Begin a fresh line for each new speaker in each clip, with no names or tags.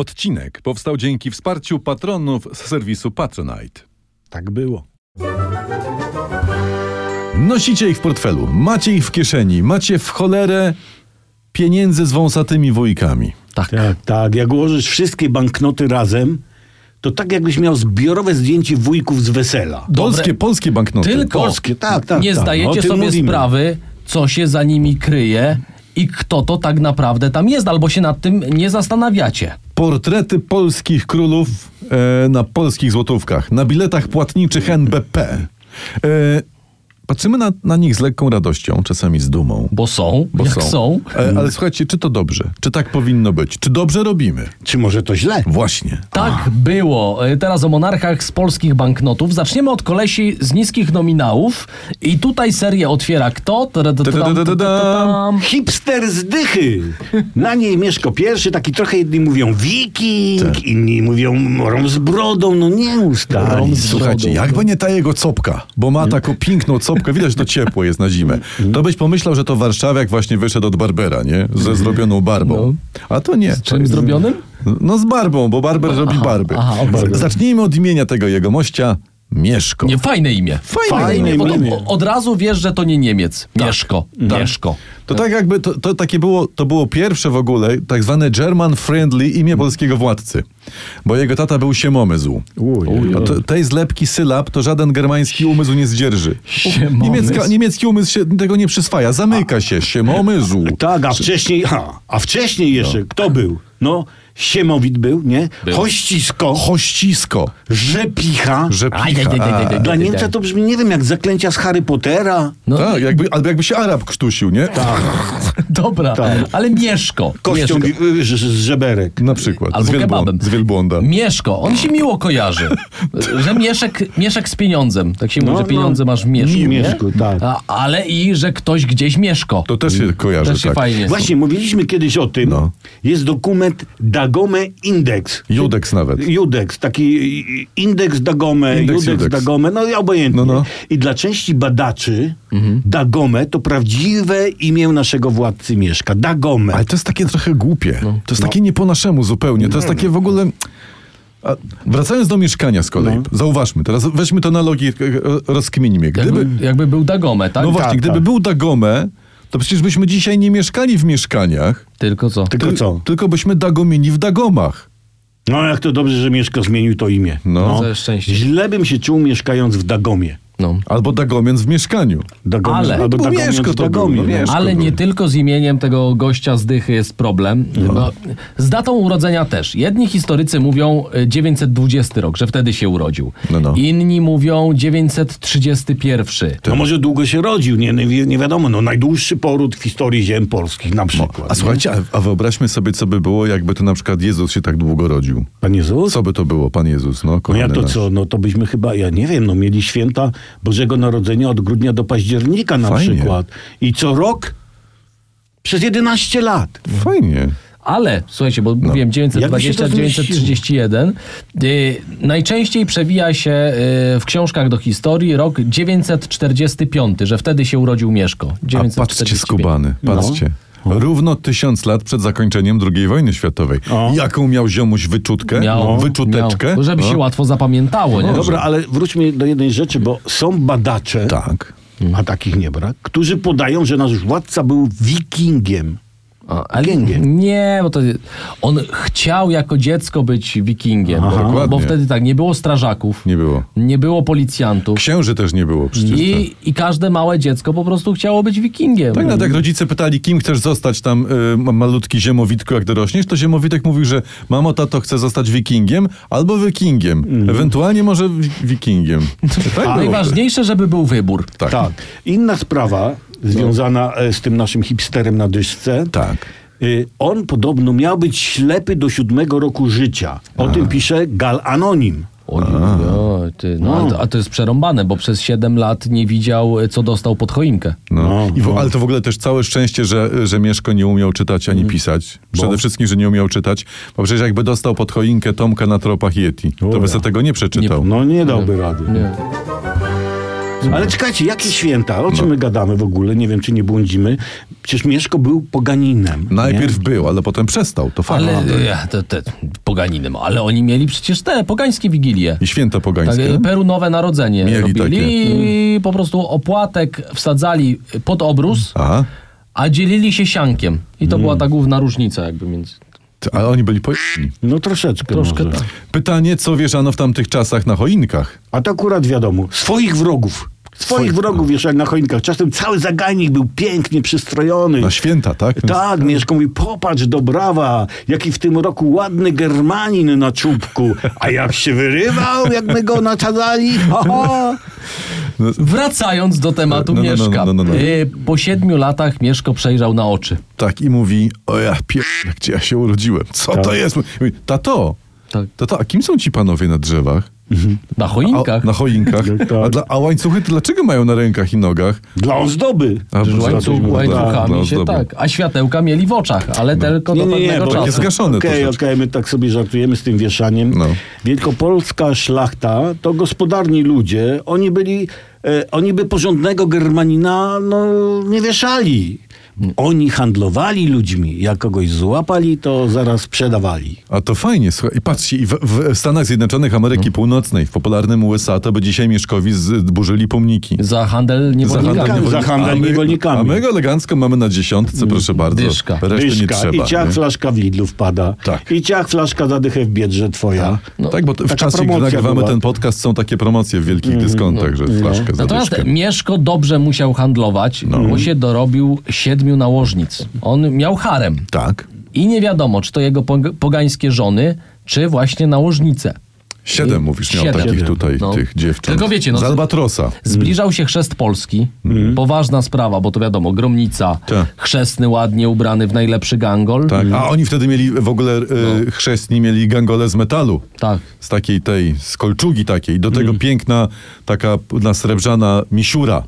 Odcinek powstał dzięki wsparciu patronów z serwisu Patronite.
Tak było. Nosicie ich w portfelu, macie ich w kieszeni, macie w cholerę pieniędzy z wąsatymi wujkami.
Tak.
Tak, tak. Jak ułożysz wszystkie banknoty razem, to tak jakbyś miał zbiorowe zdjęcie wujków z wesela.
Dobre.
Polskie, polskie banknoty.
Tylko
Polskie, tak, tak,
nie
tak. O
zdajecie
tym
sobie
mówimy.
sprawy, co się za nimi kryje i kto to tak naprawdę tam jest, albo się nad tym nie zastanawiacie.
Portrety polskich królów e, na polskich złotówkach, na biletach płatniczych NBP. E, patrzymy na, na nich z lekką radością, czasami z dumą.
Bo są,
Bo
jak są.
E, ale słuchajcie, czy to dobrze? Czy tak powinno być? Czy dobrze robimy?
Czy może to źle?
Właśnie.
Tak było. E, Teraz o monarchach z polskich banknotów. Zaczniemy od kolesi z niskich nominałów. I tutaj serię otwiera kto? Tra- tra- tra- tra- tra- tra-
Hipster z dychy. Na niej Mieszko pierwszy, taki trochę jedni mówią wiking,
Tak.
inni mówią rom z brodą, no nie ustali.
Rom z- no.
Słuchajcie,
brodą.
jakby nie ta jego copka, bo ma taką piękną copkę, widać, że to ciepło jest na zimę. To byś pomyślał, że to warszawiak właśnie wyszedł od Barbera, nie? Ze zrobioną barbą. A to nie. Z
No. Czym zrobionym?
No z barbą, bo Barber robi barby.
aha, o Barber.
Z- Zacznijmy od imienia tego jegomościa, Mieszko.
Nie, fajne imię.
Fajne
imię.
bo to
imię.
o- Od razu wiesz, że to nie Niemiec. Mieszko. Mieszko.
To tak jakby, to, to takie było, to było pierwsze w ogóle, tak zwane German Friendly imię polskiego władcy. Bo jego tata był siemomyzł.
Ujej.
A to, tej zlepki sylab to żaden germański umysł nie zdzierży.
Siemomyzł.
Niemiecka, niemiecki umysł się tego nie przyswaja, zamyka się, siemomyzł.
Tak, a wcześniej, a, a wcześniej jeszcze, kto był? No, Siemowit był, nie?
Był.
Hościsko,
Hościsko,
Rzepicha.
że
Aj, aj, aj, aj, aj, aj.
Dla Niemca to brzmi, nie wiem, jak zaklęcia z Harry Pottera.
No,
Tak, jakby, albo jakby się Arab krztusił, nie? Tak.
dobra, ale Mieszko.
Kością
Mieszko.
wi- y, z z żeberek.
Na przykład, z,
Albo
wielbłą-
kebabem.
z wielbłąda.
Mieszko, on się miło kojarzy. że mieszek, mieszek z pieniądzem. Tak się mówi,
No,
że pieniądze
no.
masz w mieszku.
Nie,
Nie?
mieszku, tak.
A, ale i że ktoś gdzieś mieszko.
To też się kojarzy,
Też się
tak.
fajnie.
Właśnie mówiliśmy kiedyś o tym.
No.
Jest dokument Dagome Index.
Judeks nawet.
Judex, taki y, indeks Dagome,
Indeks
Judex,
Judex.
Dagome, no i obojętnie.
No, no.
I dla części badaczy Dagome to prawdziwe imię naszego władcy Mieszka. Dagome.
Ale to jest takie trochę głupie.
No.
To jest takie nie po naszemu zupełnie. To jest takie w ogóle. A wracając do mieszkania z
No.
kolei, zauważmy, teraz weźmy to na logikę, e, rozkminimy. Gdyby,
Jakby, jakby był Dagome, tak?
no właśnie,
tak.
gdyby był Dagome, to przecież byśmy dzisiaj nie mieszkali w mieszkaniach,
Tylko co?
Tylko
tyl-
co?
tylko byśmy Dagomini w Dagomach.
No jak to dobrze, że Mieszko zmienił to imię.
No.
Ze szczęścia.
Źle bym się czuł mieszkając w Dagomie.
No.
Albo Dagomiec w mieszkaniu.
Dagomie
Ale-
To
albo
był
Dagomiec
Mieszko
w
to był, No.
Dagomie.
no
no.
wiesz.
Ale
było.
nie tylko z imieniem tego gościa z Dychy jest problem. Bo z datą urodzenia też. Jedni historycy mówią y, 920 rok, że wtedy się urodził.
No, no.
Inni mówią 931.
No może długo się rodził, nie, nie, wi- nie wiadomo. No najdłuższy poród w historii ziem polskich na przykład.
No. A słuchajcie, a, a wyobraźmy sobie, co by było, jakby to na przykład Jezus się tak długo rodził.
Pan Jezus?
Co by to było, Pan Jezus? No,
No ja
kochany
to
nasz.
co, no to byśmy chyba, ja nie wiem, no mieli święta Bożego Narodzenia od grudnia do października na
Fajnie.
przykład. I co rok? Przez 11 lat.
No Fajnie.
Ale, słuchajcie,
No.
bo mówiłem
Jakby się to
920,
zmieściło?
931. Y, najczęściej przewija się y, w książkach do historii rok 945, że wtedy się urodził Mieszko.
A patrzcie
945.
skubany,
No.
patrzcie. Równo tysiąc lat przed zakończeniem II wojny światowej.
O.
Jaką miał ziomuś wyczutkę,
Miał,
wyczuteczkę.
Miał, żeby się
No.
łatwo zapamiętało, nie?
Dobra, ale wróćmy do jednej rzeczy, bo są badacze,
Tak.
a takich nie brak, którzy podają, że nasz władca był wikingiem.
A, ale
Wikingiem.
nie, bo to on chciał jako dziecko być wikingiem,
Aha.
bo, bo
Dokładnie.
wtedy tak, nie było strażaków,
Nie było.
nie było policjantów
Księży też nie było przecież.
i, i każde małe dziecko po prostu chciało być wikingiem.
Tak nawet jak rodzice pytali, kim chcesz zostać tam y, ma- malutki ziemowitku, jak dorośniesz, to ziemowitek mówił, że mamo, tato, chce zostać wikingiem albo wikingiem. Ewentualnie może wi- wikingiem. Tak
Mhm. A
było.
najważniejsze, żeby był wybór.
Tak.
Tak. Inna sprawa związana e, z tym naszym hipsterem na dyszce.
No. Tak.
Y, On podobno miał być ślepy do siódmego roku życia. O tym pisze Gal Anonim.
Oj, oj, ty, no, a, to, a to jest przerąbane, bo przez 7 lat nie widział, e, co dostał pod choinkę.
No.
No,
I w, ale to w ogóle też całe szczęście, że, że Mieszko nie umiał czytać ani
Mm.
pisać. Przede wszystkim, że nie umiał czytać, bo przecież jakby dostał pod choinkę Tomka na tropach Yeti, to by
Ura.
sobie tego nie przeczytał.
No nie dałby rady.
Nie.
Ale czekajcie, jakie święta? O czym my gadamy w ogóle? Nie wiem, czy nie błądzimy. Przecież Mieszko był poganinem. no, nie?
Najpierw był, ale potem przestał. To fakt.
Ale e, te, te, poganinem, ale oni mieli przecież te pogańskie wigilie.
I święta
Tak,
pogańskie.
e, Peru Nowe Narodzenie
Mieli
robili
takie. mm.
i po prostu opłatek wsadzali e, pod obrus,
A? Mm.
a dzielili się siankiem. I to była ta główna różnica jakby między...
Ty- Ale oni byli pojemni.
No troszeczkę.
Troszkę
może.
tak.
Pytanie, co wierzano w tamtych czasach na choinkach?
A to akurat wiadomo. Swoich wrogów.
no.
Swoich wrogów wieszali na choinkach. Czasem cały zagajnik był pięknie przystrojony.
Na święta, tak?
Tak, Mieszko mówi, popatrz, dobrawa, jaki w tym roku ładny Germanin na czubku. A jak się wyrywał, jak my go naczadzali, ho, ho.
Wracając do tematu
No, no, no,
Mieszka.
no, no, no.
E, Po siedmiu latach Mieszko przejrzał na oczy.
Tak, i mówi, o ja pier... gdzie ja się urodziłem? Co
Tak.
to jest? Mówi, Tato,
Tak.
tato, a kim są ci panowie na drzewach?
Na
A,
choinkach.
na choinkach.
tak.
A, dla, a łańcuchy to dlaczego mają na rękach i nogach?
Dla ozdoby.
A,
Że
bo-
łańcuch,
bo-
łańcuchami
dla
się
ozdoby.
tak. A światełka mieli w oczach, ale
No.
tylko do pewnego
bo-
takie
czasu.
zgaszone. zgaszony
Okej,
troszeczkę.
okej, my tak sobie żartujemy z tym wieszaniem.
No.
Wielkopolska szlachta to gospodarni ludzie. Oni byli, e, oni by porządnego Germanina no, nie wieszali. Oni handlowali ludźmi. Jak kogoś złapali, to zaraz sprzedawali.
A to fajnie, słuchaj. I patrzcie, i w, w Stanach Zjednoczonych Ameryki
No.
Północnej, w popularnym USA, to by dzisiaj Mieszkowi zburzyli pomniki.
Za handel niewolnikami.
handel- za handel
a my-
niewolnikami.
A my go elegancko mamy na dziesiątce, proszę bardzo.
Mm, Dyszka.
Reszty nie
Dyszka,
trzeba.
i ciach
nie?
flaszka w Lidlu wpada.
Tak.
I ciach flaszka zadychę w biedrze twoja.
tak, bo to w
no, taka
czasie, gdy
promocja
nagrywamy
była. Mhm, no,
ten podcast, są takie promocje w wielkich dyskontach, że flaszkę za
Natomiast
dyszkę. No.
Mieszko dobrze musiał handlować, bo się dorobił siedmiu nałożnic. On miał harem.
Tak.
I nie wiadomo, czy to jego pog- pogańskie żony, czy właśnie nałożnice.
Siedem, mówisz, miał
Siedem.
takich tutaj
No.
tych dziewcząt.
Tylko wiecie, no-
Z Albatrosa.
Zbliżał się chrzest Polski. Poważna sprawa, bo to wiadomo, gromnica,
Mhm. Tak.
chrzestny ładnie ubrany w najlepszy gangol.
Tak. A oni wtedy mieli w ogóle y, chrzestni mieli gangole z metalu.
No. Tak. Mhm.
Z takiej tej, z kolczugi takiej. Do tego piękna, taka na srebrzana misiura.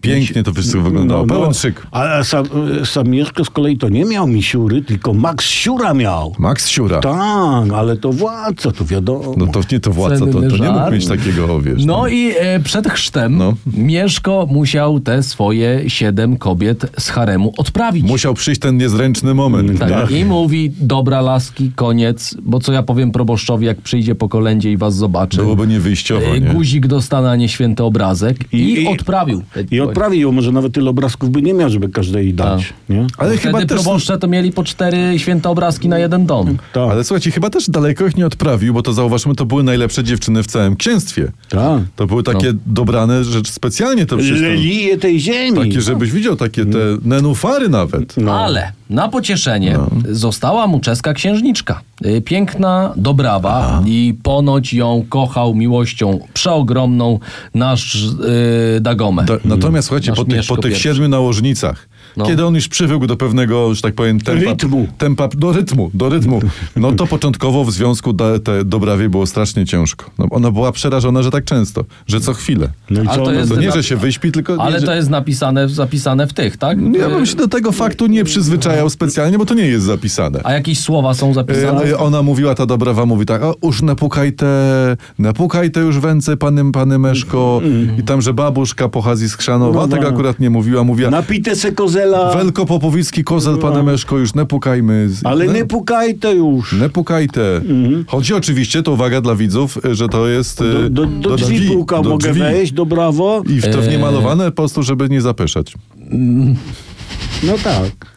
Pięknie to
No,
wszystko wyglądało. Pełen szyk.
No, A sam, sam Mieszko z kolei to nie miał misiury, tylko Max Siura miał.
Max Siura.
Tak, ale to władca, to wiadomo.
No to nie to władca, to, to nie mógł
żart.
mieć takiego, wiesz.
No i e, przed chrztem
No.
Mieszko musiał te swoje siedem kobiet z haremu odprawić.
Musiał przyjść ten niezręczny moment.
Tak,
nie?
I mówi, dobra laski, koniec, bo co ja powiem proboszczowi, jak przyjdzie po kolędzie i was zobaczy.
Byłoby niewyjściowo,
E,
nie?
Guzik dostanie, a nie święty obrazek. I,
I- i-
odprawił.
I odprawił ją, może nawet tyle obrazków by nie miał, żeby każdej dać.
Tak.
Nie?
Ale chyba
Wtedy
też...
proboszcze to mieli po cztery święte obrazki na jeden dom.
Tak.
Ale słuchajcie, chyba też daleko ich nie odprawił, bo to zauważmy, to były najlepsze dziewczyny w całym księstwie.
Tak.
To były takie
No.
dobrane rzeczy, specjalnie to przecież... tam-
Lelije tej ziemi.
Takie, żebyś widział takie te
Mm.
nenufary nawet.
Ale na pocieszenie
No.
została mu czeska księżniczka. Y, Piękna dobrawa i ponoć ją kochał miłością przeogromną nasz yy, Dagomę.
Da, natomiast słuchajcie,
Nasz
po tych,
Mieszko
po tych
pierwszy.
siedmiu nałożnicach,
No.
kiedy on już przywykł do pewnego, że tak powiem, tempa,
Rytmu.
tempa do rytmu, do rytmu, no to początkowo w związku da, te Dobrawie było strasznie ciężko. No, ona była przerażona, że tak często, że co chwilę.
No i
A
co
to
ona
jest-
To nie,
na-
że się wyśpi, tylko...
Ale
nie, że... No
to jest napisane, zapisane w tych, tak?
Ja
Y,
bym się do tego faktu nie przyzwyczajał specjalnie, bo to nie jest zapisane.
A jakieś słowa są zapisane?
E, e, Ona mówiła, ta dobrawa mówi tak, o, już napukaj te, napukaj te już węce, panem, pany Meszko. I tam, że babuszka pochodzi z Chrzanowa,
No,
tego
no.
tak akurat nie mówiła. Mówiła,
Napite se kozela,
Welko Popowicki, kozel, pane Meszko, już napukajmy. Z-
No. ale
ne-
nie pukaj to już.
y, Nepukaj te. Chodzi oczywiście, to uwaga dla widzów, e, że to jest... e,
Do, do, do, drzwi, puka,
do
mogę
drzwi.
wejść, do brawo.
I w to w niemalowane po prostu, żeby nie zapeszać.
No tak.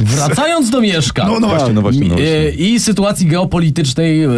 Wracając do Mieszka.
No, no właśnie, no właśnie, no
E,
właśnie.
I sytuacji geopolitycznej e,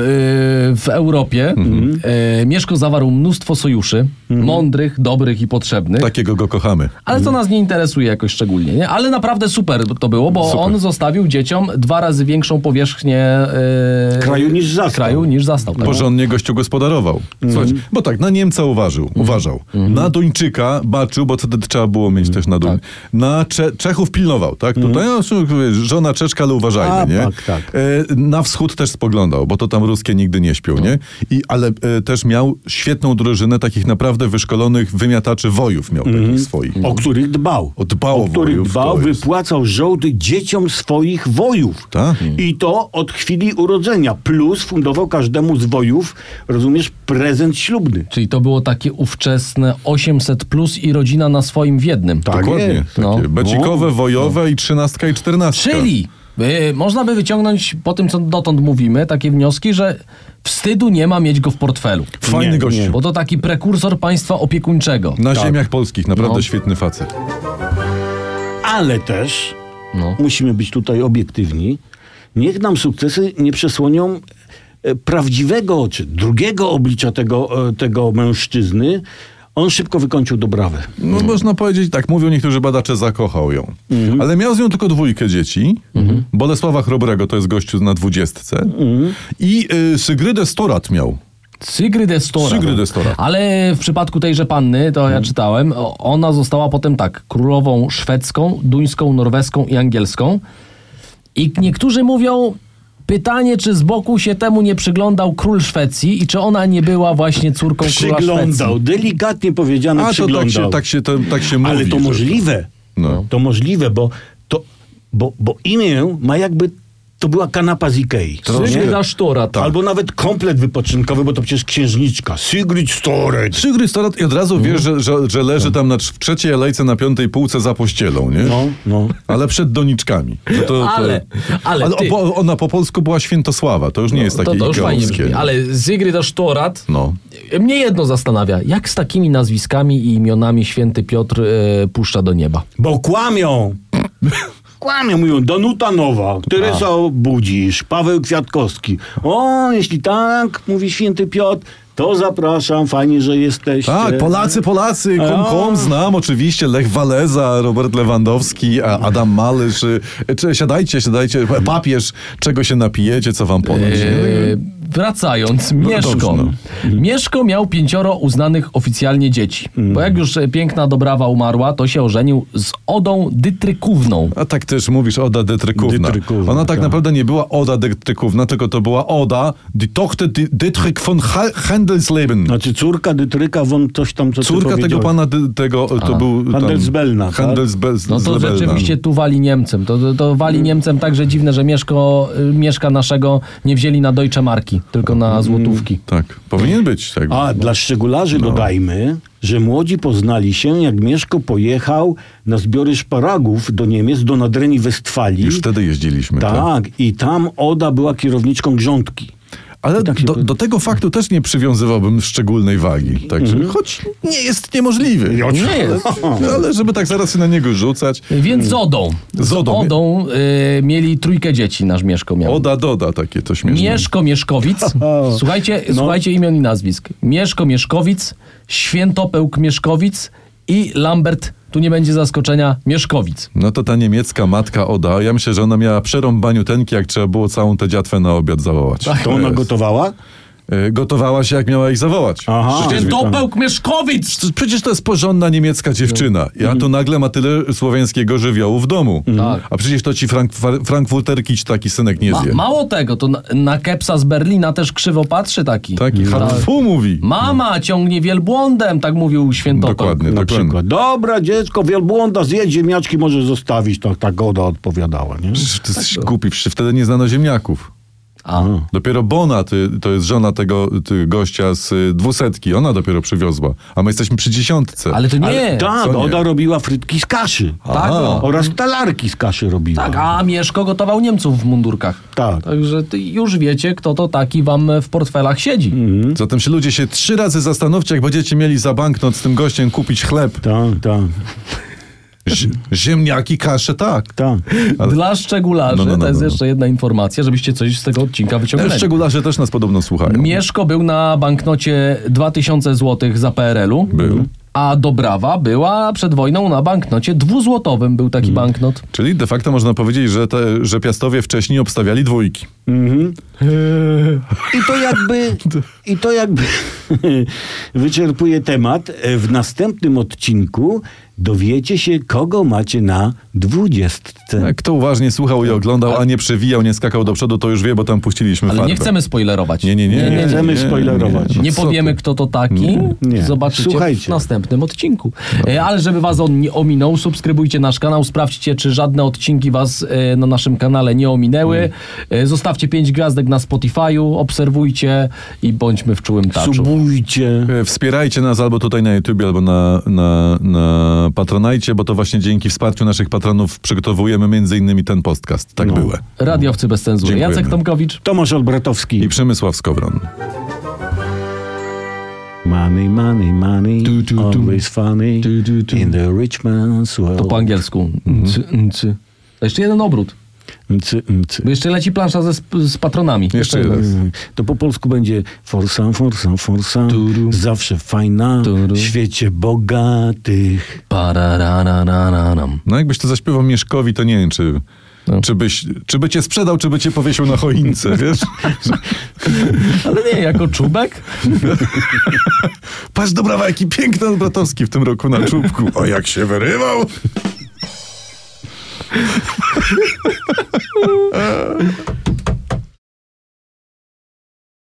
w Europie.
Mhm.
E, Mieszko zawarł mnóstwo sojuszy, mądrych, dobrych i potrzebnych.
Takiego go kochamy.
Ale
Mm.
to nas nie interesuje jakoś szczególnie, nie? Ale naprawdę super to było, bo
Super.
on zostawił dzieciom dwa razy większą powierzchnię e,
Kraju niż zastał.
kraju niż zastał. Tak?
porządnie gościu gospodarował. Słuchajcie, bo tak, na Niemca uważał, uważał. na Duńczyka baczył, bo wtedy trzeba było mieć też na Duń. Na Cze- Czechów pilnował, tak? Tutaj no, mówię, żona czeczka, ale uważajmy,
A,
nie?
tak, tak.
E, na wschód też spoglądał, bo to tam ruskie nigdy nie śpią, nie? I, ale e, też miał świetną drużynę takich naprawdę wyszkolonych wymiataczy wojów miał takich swoich.
O których dbał.
O dbał o
który
wojów,
dbał,
to jest.
wypłacał żołdy dzieciom swoich wojów.
Tak.
I to od chwili urodzenia. Plus fundował każdemu z wojów, rozumiesz, prezent ślubny.
Czyli to było takie ówczesne 800 plus i rodzina na swoim w jednym.
Tak
Dokładnie.
jest.
Takie
No.
becikowe, wojowe i trzynastka i czternastka.
Czyli
tak.
y, można by wyciągnąć po tym, co dotąd mówimy, takie wnioski, że wstydu nie ma mieć go w portfelu.
Fajny
Nie,
gościu.
Bo to taki prekursor państwa opiekuńczego.
No
Na ziemiach polskich, naprawdę
No.
świetny facet.
Ale też
No.
musimy być tutaj obiektywni. Niech nam sukcesy nie przesłonią e, prawdziwego czy drugiego oblicza tego, e, tego mężczyzny. On szybko wykończył Dobrawę.
No,
Mhm.
można powiedzieć, tak mówią niektórzy badacze, zakochał ją. Ale miał z nią tylko dwójkę dzieci.
Mhm.
Bolesława Chrobrego, to jest gościu na dwudziestce. I y, Sygrydę Storat miał.
Sygrydę Stora.
Sygrydę Stora.
no. Ale w przypadku tejże panny, to
Mhm.
ja czytałem, o- ona została potem tak, królową szwedzką, duńską, norweską i angielską. I niektórzy mówią, pytanie, czy z boku się temu nie przyglądał król Szwecji i czy ona nie była właśnie córką króla Szwecji.
Przyglądał, delikatnie powiedziane
A to
przyglądał.
tak się, tak się, to, tak się mówi.
Ale to
że-
możliwe.
No.
To możliwe, bo, to, bo, bo imię ma jakby to była kanapa z Ikei.
Sygryda Sztora, tak.
Albo nawet komplet wypoczynkowy, bo to przecież księżniczka. Sigrid Storage.
Sygry Storat i od razu
Mhm.
wiesz, że, że, że leży tam na trz- w trzeciej alejce na piątej półce za pościelą, nie?
No, no.
Ale przed doniczkami. To, to, to...
Ale, ale
Ale
ty- No,
bo ona po polsku była Świętosława, to już nie jest takie
to, to już fajnie
igeowskie.
brzmi, ale Zygryda Sztorat,
No.
mnie jedno zastanawia, jak z takimi nazwiskami i imionami święty Piotr e, puszcza do nieba?
Bo kłamią. Kłamią, mówią Danuta Nowa, Teresa Budzisz, Paweł Kwiatkowski. O, jeśli tak, mówi święty Piotr, to zapraszam, fajnie, że jesteście.
Tak, Polacy, Polacy, kom, kom znam oczywiście, Lech Waleza, Robert Lewandowski, a- Adam Malysz, y, czy, siadajcie, siadajcie, papież, czego się napijecie, co wam podać. nie?
E, wracając,
No,
Mieszko.
dobrze,
Mieszko miał pięcioro uznanych oficjalnie dzieci.
Mhm.
Bo jak już e, piękna Dobrawa umarła, to się ożenił z Odą Dytrykówną.
A tak też mówisz, Oda Dytrykówna.
Dytrykówna,
Ona tak
tak.
naprawdę nie była Oda Dytrykówna, tylko to była Oda, die Tochter Dy- Dytryk von Ha- Handelsleben.
Znaczy córka Dytryka, won coś tam, co ty
Córka tego
powiedziałeś.
pana, dy- tego, to był... tam-
Handelsbellna, tak?
Handelsbe-
No to
Zbellna.
rzeczywiście tu wali Niemcem. To, to, to wali
Mhm.
Niemcem także dziwne, że Mieszko, y, Mieszka naszego nie wzięli na Deutsche Marki, tylko
Mhm.
na złotówki.
Tak, powinien być. Tak.
A dla szczególarzy
No.
dodajmy, że młodzi poznali się, jak Mieszko pojechał na zbiory szparagów do Niemiec, do Nadrenii Westfalii.
Już wtedy jeździliśmy. tak?
tak, i tam Oda była kierowniczką grządki.
Ale
tak się
do,
to-
do tego faktu też nie przywiązywałbym szczególnej wagi. Także,
Mhm.
Choć nie jest niemożliwy.
Nie jest.
No.
Ale- Ale żeby tak zaraz się na niego rzucać.
Więc z Odą.
Mhm. Z Odą.
Z Odą y, mieli trójkę dzieci, nasz Mieszko miał.
Oda doda takie to śmieszne.
Mieszko Mieszkowic. Słuchajcie, słuchajcie imion i nazwisk. Mieszko Mieszkowic, Świętopełk Mieszkowic i Lambert, tu nie będzie zaskoczenia, Mieszkowic.
No to ta niemiecka matka Oda, ja myślę, że ona miała przerąb baniutenki, jak trzeba było całą tę dziatwę na obiad zawołać.
Tak, To ona
Tak Jest.
gotowała?
Y, Gotowała się, jak miała ich zawołać.
Aha.
Przecież-
Świętopełk Mieszkowic!
To- Przecież to jest porządna niemiecka
No.
dziewczyna. Ja
Mhm.
tu nagle ma tyle słowiańskiego żywiołu w domu.
Tak.
A przecież to ci Frank, Frankfurterki ci taki synek nie
Ma,
zje.
mało tego, to na, na kepsa z Berlina też krzywo patrzy taki.
Taki
Mhm.
harfu Tak? mówi.
Mama ciągnie wielbłądem, tak mówił Świętopełk.
Dokładnie,
Na
dokładnie.
przykład. Tak Dobra, dziecko, wielbłąda, zjedz ziemniaczki, możesz zostawić. Tak, tak Oda odpowiadała, nie?
Przecież
Tak
Ty jesteś głupi, przecież wtedy nie znano ziemniaków.
A,
Dopiero Bona, ty, to jest żona tego ty, gościa z y, dwusetki, ona dopiero przywiozła. A my jesteśmy przy dziesiątce.
ale to nie.
Ale tak,
co nie?
Oda robiła frytki z kaszy.
Tak, no.
Oraz talarki z kaszy robiła.
Tak, a Mieszko gotował Niemców w mundurkach.
Tak.
Także ty już wiecie, kto to taki wam w portfelach siedzi.
Mhm. Zatem się ludzie się trzy razy zastanówcie, jak będziecie mieli za banknot z tym gościem kupić chleb.
tak, tak,
Zi- ziemniaki, kasze, tak.
tak.
Ale-
Dla szczegularzy,
No, no, no,
to jest
no, no.
jeszcze jedna informacja, żebyście coś z tego odcinka wyciągnęli.
Szczególarze też nas podobno słuchają.
Mieszko był na banknocie 2000 zł za PRL-u.
Był.
A Dobrawa była przed wojną na banknocie
Mm.
dwuzłotowym, był taki banknot.
Czyli de facto można powiedzieć, że, te, że piastowie wcześniej obstawiali dwójki.
I to jakby, i to jakby wyczerpuje temat. E, W następnym odcinku dowiecie się, kogo macie na dwudziestce.
Tak.
Jak Kto uważnie słuchał i oglądał, a nie przewijał, nie skakał do przodu, to już wie, bo tam puściliśmy
Ale
farbę.
nie chcemy spoilerować.
Nie, nie, nie.
Nie chcemy spoilerować.
Nie
Co
powiemy,
ty?
kto to taki.
nie.
Zobaczycie w
Słuchajcie.
następnym odcinku. E, Ale żeby was on nie ominął, subskrybujcie nasz kanał, sprawdźcie, czy żadne odcinki was e, na naszym kanale nie
Mm.
ominęły. E, Zostawcie 5 gwiazdek na Spotify'u, obserwujcie i bądźmy w czułym taczu.
Subujcie.
E, Wspierajcie nas albo tutaj na YouTube, albo na, na, na Patronajcie, bo to właśnie dzięki wsparciu naszych patronów przygotowujemy między innymi ten podcast.
No.
Tak było.
Radiowcy bez cenzury.
Dziękujemy.
Jacek Tomkowicz.
Tomasz Olbratowski.
I Przemysław Skowron.
Money, money, money,
Tu, tu, tu.
always funny,
Tu, tu, tu.
in the rich man's world.
To po angielsku. Ncy,
Mhm.
ncy. Jeszcze jeden obrót.
Mcy, mcy.
Bo jeszcze leci plansza ze, sp- z patronami.
Jeszcze raz.
To po polsku będzie forsa, forsa, forsa,
Turu.
zawsze fajna,
Turu.
w świecie bogatych.
Parararararam.
No jakbyś to zaśpiewał Mieszkowi, to nie wiem, czy,
No.
czy, byś, czy by cię sprzedał, czy by cię powiesił na choince, wiesz?
Ale nie, jako czubek?
Patrz, dobrawa, jaki piękny Bratowski w tym roku na czubku. O, jak się wyrywał!